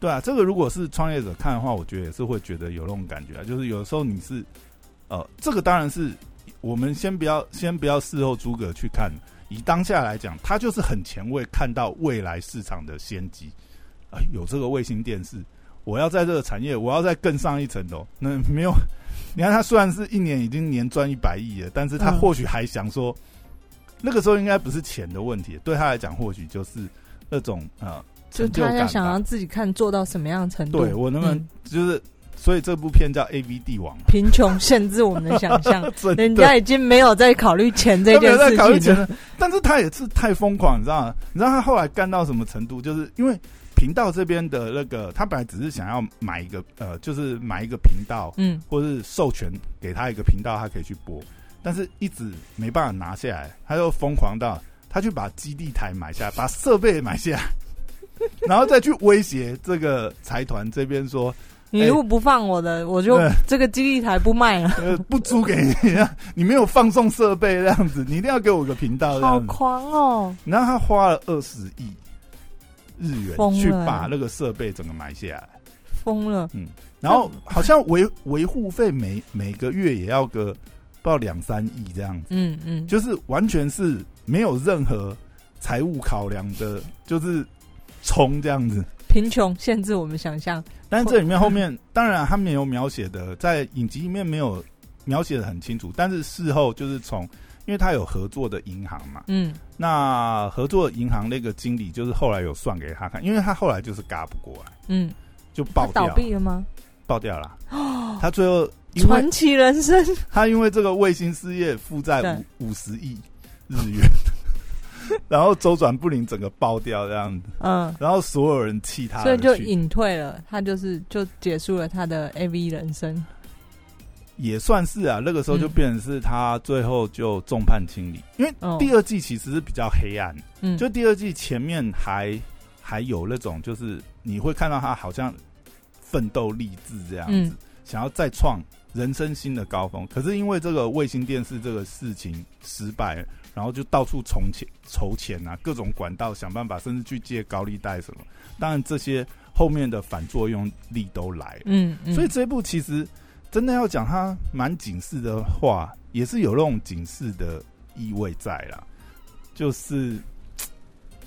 Speaker 1: 对啊，这个如果是创业者看的话，我觉得也是会觉得有那种感觉啊，就是有时候你是，呃，这个当然是我们先不要先不要事后诸葛去看，以当下来讲，他就是很前卫，看到未来市场的先机。哎，有这个卫星电视，我要在这个产业，我要再更上一层楼。那没有，你看他虽然是一年已经年赚一百亿了，但是他
Speaker 2: 嗯
Speaker 1: 或许还想说，那个时候应该不是钱的问题，对他来讲，或许就是那种呃，
Speaker 2: 就
Speaker 1: 成就
Speaker 2: 他
Speaker 1: 感
Speaker 2: 在
Speaker 1: 吧
Speaker 2: 想要自己看做到什么样的程度。
Speaker 1: 对我能不能
Speaker 2: 嗯
Speaker 1: 就是，所以这部片叫《A V 帝王》嘛，，
Speaker 2: 贫穷限制我们的想象
Speaker 1: <laughs> 真的
Speaker 2: 人家已经没有在考虑钱这
Speaker 1: 他没
Speaker 2: 件
Speaker 1: 有在考虑
Speaker 2: 事情
Speaker 1: 钱
Speaker 2: 了。
Speaker 1: 的，但是他也是太疯狂，你知道吗？你知道他后来干到什么程度？就是因为频道这边的那个，他本来只是想要买一个呃，就是买一个频道，
Speaker 2: 嗯
Speaker 1: 或是授权给他一个频道，他可以去播，但是一直没办法拿下来，他就疯狂到他去把基地台买下来，把设备买下来， <laughs> 然后再去威胁这个财团这边说， <laughs>
Speaker 2: 你如果不放我的，我就
Speaker 1: 哎对
Speaker 2: 这个基地台不卖了。
Speaker 1: 呃，不租给你，你没有放送设备这样子，你一定要给我个频道这
Speaker 2: 好
Speaker 1: 样子。
Speaker 2: 狂哦！
Speaker 1: 然后他花了二十亿日元
Speaker 2: 疯了
Speaker 1: 去把那个设备整个买下来，
Speaker 2: 疯了，
Speaker 1: 然后好像维维护费每每个月也要个不知道两三亿这样子，
Speaker 2: 嗯嗯，
Speaker 1: 就是完全是没有任何财务考量的，就是冲这样子。
Speaker 2: 贫穷限制我们想象。
Speaker 1: 但是这里面后面，当然他没有描写的，在影集里面没有描写的很清楚，但是事后就是从，因为他有合作的银行嘛，
Speaker 2: 嗯
Speaker 1: 那合作银行那个经理就是后来有算给他看，因为他后来就是嘎不过来，
Speaker 2: 嗯，
Speaker 1: 就
Speaker 2: 他
Speaker 1: 爆掉
Speaker 2: 倒
Speaker 1: 了，
Speaker 2: 闭了吗？
Speaker 1: 爆掉了。他最后因为
Speaker 2: 传奇人生，
Speaker 1: 他因为这个卫星事业负债
Speaker 2: 对
Speaker 1: 五五十亿日元，
Speaker 2: <laughs>
Speaker 1: 然后周转不灵，整个爆掉这样子，
Speaker 2: 嗯，
Speaker 1: 然后所有人气啊他而去，
Speaker 2: 所以就隐退了，他就是就结束了他的 AV 人生。
Speaker 1: 也算是啊，那个时候就
Speaker 2: 嗯
Speaker 1: 变成是他最后就众叛亲离，因为
Speaker 2: 哦，
Speaker 1: 第二季其实是比较黑暗，
Speaker 2: 嗯，
Speaker 1: 就第二季前面还还有那种，就是你会看到他好像奋斗励志这样子，
Speaker 2: 嗯
Speaker 1: 想要再创人生新的高峰，可是因为这个卫星电视这个事情失败了，然后就到处筹钱、筹钱啊，各种管道想办法，甚至去借高利贷什么。当然，这些后面的反作用力都来了。
Speaker 2: 嗯，嗯
Speaker 1: 所以这部其实真的要讲它蛮警示的话，也是有那种警示的意味在啦。就是，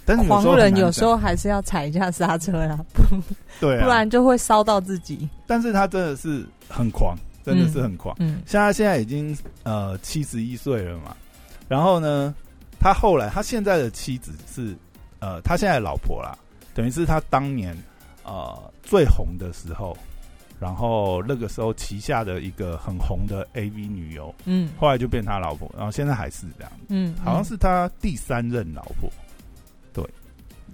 Speaker 1: 但是有时候
Speaker 2: 狂
Speaker 1: 很
Speaker 2: 人
Speaker 1: 难
Speaker 2: 有时候
Speaker 1: 讲
Speaker 2: 还是要踩一下刹车啦，
Speaker 1: 对、啊，
Speaker 2: 不然就会烧到自己。
Speaker 1: 但是他真的是很狂，真的是很狂。
Speaker 2: 嗯
Speaker 1: 像他现在已经呃七十一岁了嘛，然后呢，他后来他现在的妻子是呃他现在的老婆啦，等于是他当年呃最红的时候，然后那个时候旗下的一个很红的 AV 女优，
Speaker 2: 嗯
Speaker 1: 后来就变他老婆，然后现在还是这样，
Speaker 2: 嗯，
Speaker 1: 好像是他第三任老婆。
Speaker 2: 嗯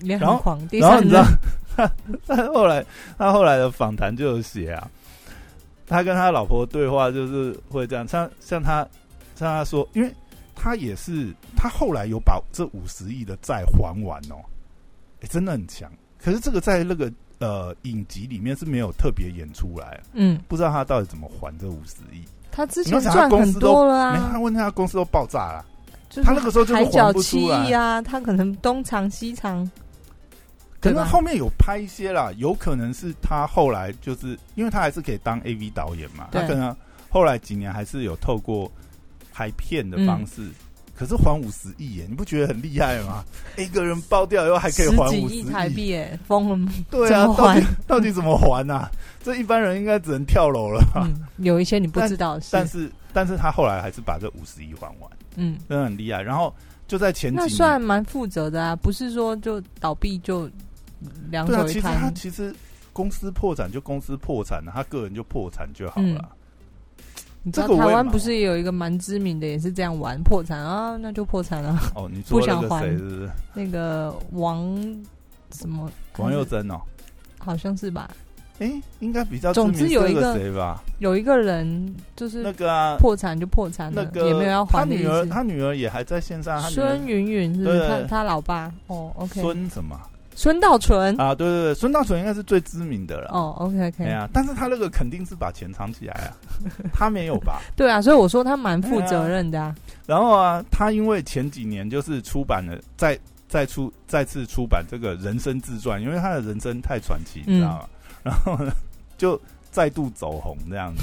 Speaker 2: 也
Speaker 1: 然
Speaker 2: 很
Speaker 1: 后
Speaker 2: 狂。第
Speaker 1: 然后
Speaker 2: 三
Speaker 1: 你知道
Speaker 2: 任，
Speaker 1: <laughs> 他后来他后来的访谈就有写啊，他跟他老婆对话就是会这样，像像他像他说，因为他也是他后来有把这五十亿的债还完哦，哎、真的很强。可是这个在那个呃影集里面是没有特别演出来，
Speaker 2: 嗯，
Speaker 1: 不知道他到底怎么还这五十亿。
Speaker 2: 他之
Speaker 1: 你
Speaker 2: 前
Speaker 1: 要想他
Speaker 2: 赚
Speaker 1: 公
Speaker 2: 很
Speaker 1: 司都
Speaker 2: 多了
Speaker 1: 没，他
Speaker 2: 啊，
Speaker 1: 问他公司都爆炸了，
Speaker 2: 就是
Speaker 1: 他那个时候就是
Speaker 2: 海角
Speaker 1: 还不
Speaker 2: 七
Speaker 1: 出来
Speaker 2: 亿啊，他可能东藏西藏，
Speaker 1: 可
Speaker 2: 对
Speaker 1: 能
Speaker 2: 吧？
Speaker 1: 后面有拍一些啦，有可能是他后来就是因为他还是可以当 AV 导演嘛，
Speaker 2: 对
Speaker 1: 他可能后来几年还是有透过拍片的方式，
Speaker 2: 嗯
Speaker 1: 可是还五十亿耶，你不觉得很厉害吗？ <laughs> 一个人爆掉以后还可以还
Speaker 2: 十
Speaker 1: 五
Speaker 2: 几
Speaker 1: 十
Speaker 2: 亿台币，耶，疯了吗？嗯
Speaker 1: 对啊，
Speaker 2: 怎么
Speaker 1: 到
Speaker 2: 还
Speaker 1: 底到底怎么还啊？这一般人应该只能跳楼了吧。
Speaker 2: 嗯，有一些你不知道的事，
Speaker 1: 但是，但是他后来还是把这五十亿还完，
Speaker 2: 嗯，
Speaker 1: 真的很厉害。然后就在前几
Speaker 2: 那
Speaker 1: 年，
Speaker 2: 算蛮负责的啊，不是说就倒闭就两
Speaker 1: 对啊，
Speaker 2: 手
Speaker 1: 其实
Speaker 2: 一摊
Speaker 1: 他，其实公司破产就公司破产了，他个人就破产就好
Speaker 2: 嗯
Speaker 1: 了。
Speaker 2: 你知道
Speaker 1: 这个我也
Speaker 2: 台湾
Speaker 1: 蛮
Speaker 2: 不是也有一个蛮知名的，也是这样玩破产啊，那就破产啊。
Speaker 1: 哦，你说那
Speaker 2: 不
Speaker 1: 个
Speaker 2: 想还
Speaker 1: 谁是不是
Speaker 2: <laughs> 那个王什么
Speaker 1: 王佑珍哦？
Speaker 2: 好像是吧？
Speaker 1: 哎、应该比较
Speaker 2: 嗯总之
Speaker 1: 知名是
Speaker 2: 有一
Speaker 1: 那
Speaker 2: 个
Speaker 1: 谁吧，
Speaker 2: 有一个人就是
Speaker 1: 那个啊，
Speaker 2: 破产就破产
Speaker 1: 那
Speaker 2: 了，
Speaker 1: 个
Speaker 2: 也没有要
Speaker 1: 他
Speaker 2: 还的意
Speaker 1: 女儿，
Speaker 2: 思。
Speaker 1: 他女儿也还在线上，他女
Speaker 2: 孙
Speaker 1: 儿
Speaker 2: 云云是不
Speaker 1: 对
Speaker 2: 是
Speaker 1: 对
Speaker 2: 他
Speaker 1: 对
Speaker 2: 他老爸？哦，OK，
Speaker 1: 孙什么
Speaker 2: 孙道纯。
Speaker 1: 啊？对对对，孙道存应该是最知名的了。
Speaker 2: 哦，OK
Speaker 1: 哎
Speaker 2: OK，
Speaker 1: 呀，但是他那个肯定是把钱藏起来啊， <laughs> 他没有吧？
Speaker 2: 对啊，所以我说他蛮负
Speaker 1: 哎呀
Speaker 2: 责任的啊。
Speaker 1: 然后啊，他因为前几年就是出版了，再再出再次出版这个人生自传，因为他的人生太传奇，你知道吗？
Speaker 2: 嗯
Speaker 1: 然后呢，就再度走红这样子。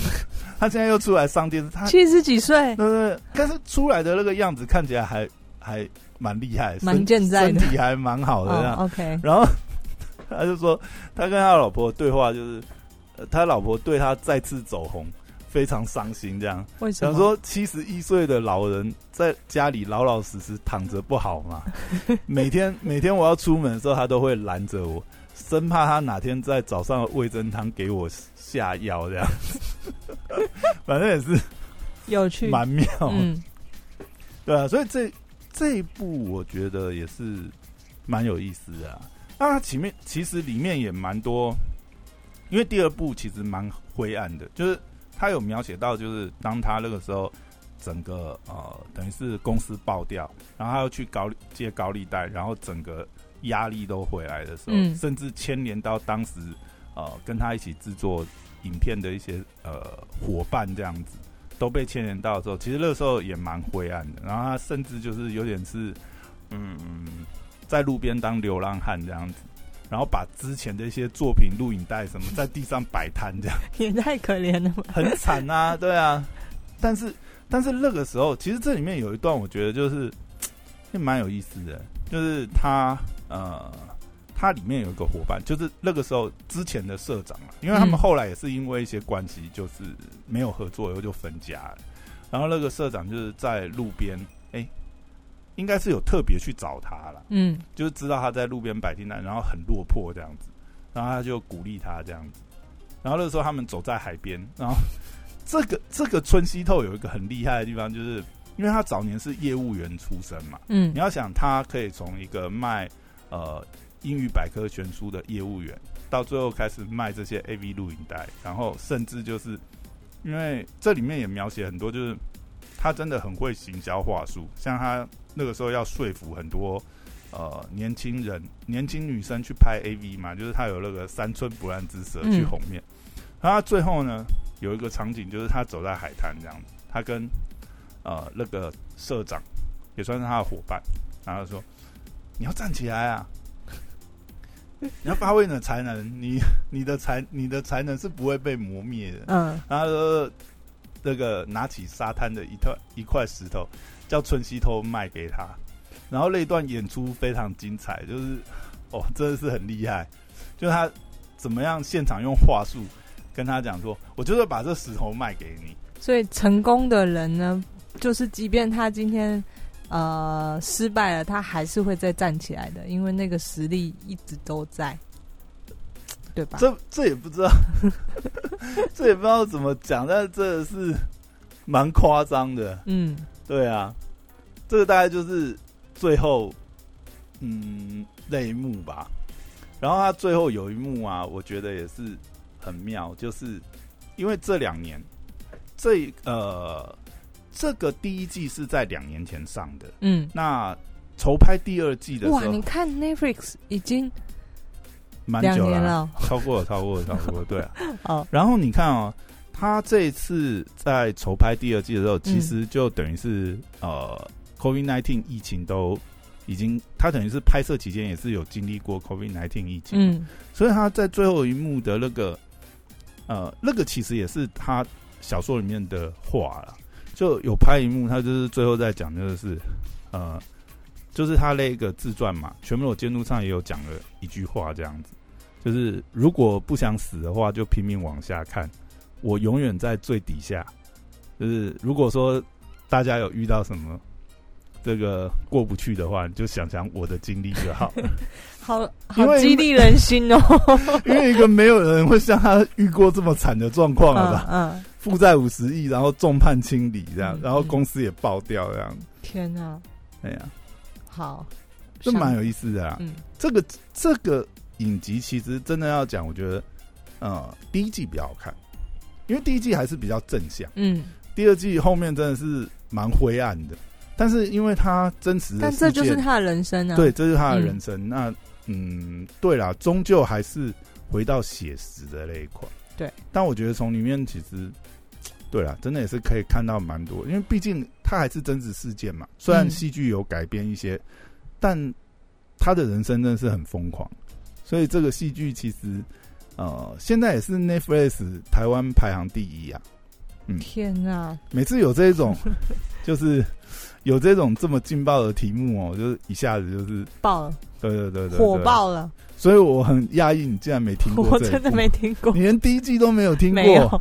Speaker 1: 他现在又出来上电视，他
Speaker 2: 七十几岁，
Speaker 1: 对对，对但是出来的那个样子看起来还还蛮厉害，
Speaker 2: 蛮
Speaker 1: 身
Speaker 2: 健在
Speaker 1: 身
Speaker 2: 的
Speaker 1: 体还蛮好的这
Speaker 2: 哦
Speaker 1: 样。<laughs>
Speaker 2: ，OK，
Speaker 1: 然后他就说，他跟他老婆对话就是，呃他老婆对他再次走红非常伤心，这样
Speaker 2: 为什
Speaker 1: 想
Speaker 2: 么？
Speaker 1: 说七十一岁的老人在家里老老实实躺着不好
Speaker 2: <laughs>
Speaker 1: 吗？每天每天我要出门的时候，他都会拦着我，生怕他哪天在早上的味噌汤给我下药这样。 <laughs> 反正也是
Speaker 2: 有趣，
Speaker 1: 蛮妙的。
Speaker 2: 嗯，
Speaker 1: 对啊，所以这这一部我觉得也是蛮有意思的啊。那它前面其实里面也蛮多，因为第二部其实蛮灰暗的，就是他有描写到，就是当他那个时候整个呃等于是公司爆掉，然后他又去高利借高利贷，然后整个压力都回来的时候，
Speaker 2: 嗯
Speaker 1: 甚至牵连到当时呃跟他一起制作影片的一些呃伙伴这样子。都被牵连到的时候，其实那个时候也蛮灰暗的。然后他甚至就是有点是，嗯，嗯在路边当流浪汉这样子，然后把之前的一些作品、录影带什么在地上摆摊，这样
Speaker 2: 也太可怜了吧。
Speaker 1: 很惨啊，对啊。但是但是那个时候，其实这里面有一段我觉得就是也蛮有意思的，就是他呃。他里面有一个伙伴，就是那个时候之前的社长嘛，因为他们
Speaker 2: 嗯
Speaker 1: 后来也是因为一些关系，就是没有合作以后就分家了。然后那个社长就是在路边，哎、应该是有特别去找他啦，
Speaker 2: 嗯，
Speaker 1: 就是知道他在路边摆地摊，然后很落魄这样子，然后他就鼓励他这样子。然后那时候他们走在海边，然后这个这个村西透有一个很厉害的地方，就是因为他早年是业务员出身嘛，
Speaker 2: 嗯
Speaker 1: 你要想他可以从一个卖呃英语百科全书的业务员，到最后开始卖这些 AV 录影带，然后甚至就是因为这里面也描写很多，就是他真的很会行销话术，像他那个时候要说服很多。呃，年轻人、年轻女生去拍 AV 嘛，就是他有那个三寸不烂之舌去
Speaker 2: 嗯
Speaker 1: 红面，然后他最后呢，有一个场景，就是他走在海滩这样子，他跟呃那个社长也算是他的伙伴，然后说：“你要站起来啊！” <laughs> 你要发挥你的才能，你你的才你的才能是不会被磨灭的。
Speaker 2: 嗯，
Speaker 1: 然后他说那个拿起沙滩的一块一块石头，叫春熙偷卖给他。然后那一段演出非常精彩，就是哦，真的是很厉害。就是他怎么样现场用话术跟他讲说，我就是把这石头卖给你。
Speaker 2: 所以成功的人呢，就是即便他今天呃失败了，他还是会再站起来的，因为那个实力一直都在，对吧？
Speaker 1: 这这也不知道， <laughs> 这也不知道怎么讲，但真的是蛮夸张的。
Speaker 2: 嗯，
Speaker 1: 对啊，这个大概就是最后，嗯，那一幕吧。然后他最后有一幕啊，我觉得也是很妙，就是因为这两年，这呃，这个第一季是在两年前上的，
Speaker 2: 嗯，
Speaker 1: 那筹拍第二季的
Speaker 2: 哇，
Speaker 1: 时
Speaker 2: 你
Speaker 1: 候
Speaker 2: 看 Netflix 已经
Speaker 1: 蛮
Speaker 2: 两
Speaker 1: 久
Speaker 2: 年
Speaker 1: 啊
Speaker 2: 了，
Speaker 1: 超过了，超过了，超过了，对啊。
Speaker 2: 哦，
Speaker 1: 然后你看哦，他这一次在筹拍第二季的时候，其实就等于是、呃，COVID nineteen 疫情都已经，他等于是拍摄期间也是有经历过 COVID nineteen 疫情，
Speaker 2: 嗯
Speaker 1: 所以他在最后一幕的那个呃，那个其实也是他小说里面的话了，就有拍一幕，他就是最后在讲，就是呃，就是他那个自传嘛，全部我监督上也有讲了一句话，这样子，就是如果不想死的话，就拼命往下看，我永远在最底下。就是如果说大家有遇到什么这个过不去的话，你就想想我的经历就好。
Speaker 2: 好
Speaker 1: 因
Speaker 2: 好
Speaker 1: 为
Speaker 2: 激励人
Speaker 1: <laughs>
Speaker 2: 心哦，
Speaker 1: 因为一个没有人会像他遇过这么惨的状况了吧？
Speaker 2: 嗯嗯，
Speaker 1: 负债五十亿，然后众叛亲离这样
Speaker 2: 嗯，
Speaker 1: 然后公司也爆掉这样，
Speaker 2: 天啊，
Speaker 1: 哎呀，
Speaker 2: 好，
Speaker 1: 这蛮有意思的啊。
Speaker 2: 嗯
Speaker 1: 这个这个影集其实真的要讲，我觉得，呃，第一季比较好看，因为第一季还是比较正向，
Speaker 2: 嗯，
Speaker 1: 第二季后面真的是蛮灰暗的，但是因为它真实的
Speaker 2: 但
Speaker 1: 事件，
Speaker 2: 这就是他的人生啊，
Speaker 1: 对，，这是他的
Speaker 2: 嗯
Speaker 1: 人生。那嗯，对啦，终究还是回到写实的那一块。
Speaker 2: 对，
Speaker 1: 但我觉得从里面其实，对啦，真的也是可以看到蛮多，因为毕竟它还是真实事件嘛。虽然
Speaker 2: 嗯
Speaker 1: 戏剧有改编一些，但他的人生真的是很疯狂，所以这个戏剧其实呃，现在也是 Netflix 台湾排行第一啊。
Speaker 2: 天啊，
Speaker 1: 每次有这
Speaker 2: <laughs>
Speaker 1: 种，就是有这种这么劲爆的题目哦，就是一下子就是
Speaker 2: 爆了，
Speaker 1: 对对对对，对
Speaker 2: 火。爆了，
Speaker 1: 所以我很讶异，你竟然没听过
Speaker 2: 我
Speaker 1: 这一部
Speaker 2: 真的没，听过
Speaker 1: 你，连第一季都没有听
Speaker 2: 没有
Speaker 1: 过。。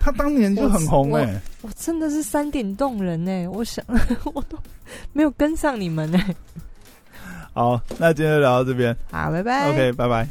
Speaker 1: 他当年就很红
Speaker 2: 我
Speaker 1: 哎、
Speaker 2: 我真的是山顶洞人呢、我想 <laughs> 我都没有跟上你们呢、欸
Speaker 1: 好，那今天就聊到这边
Speaker 2: 好，拜拜。
Speaker 1: ，OK，拜拜。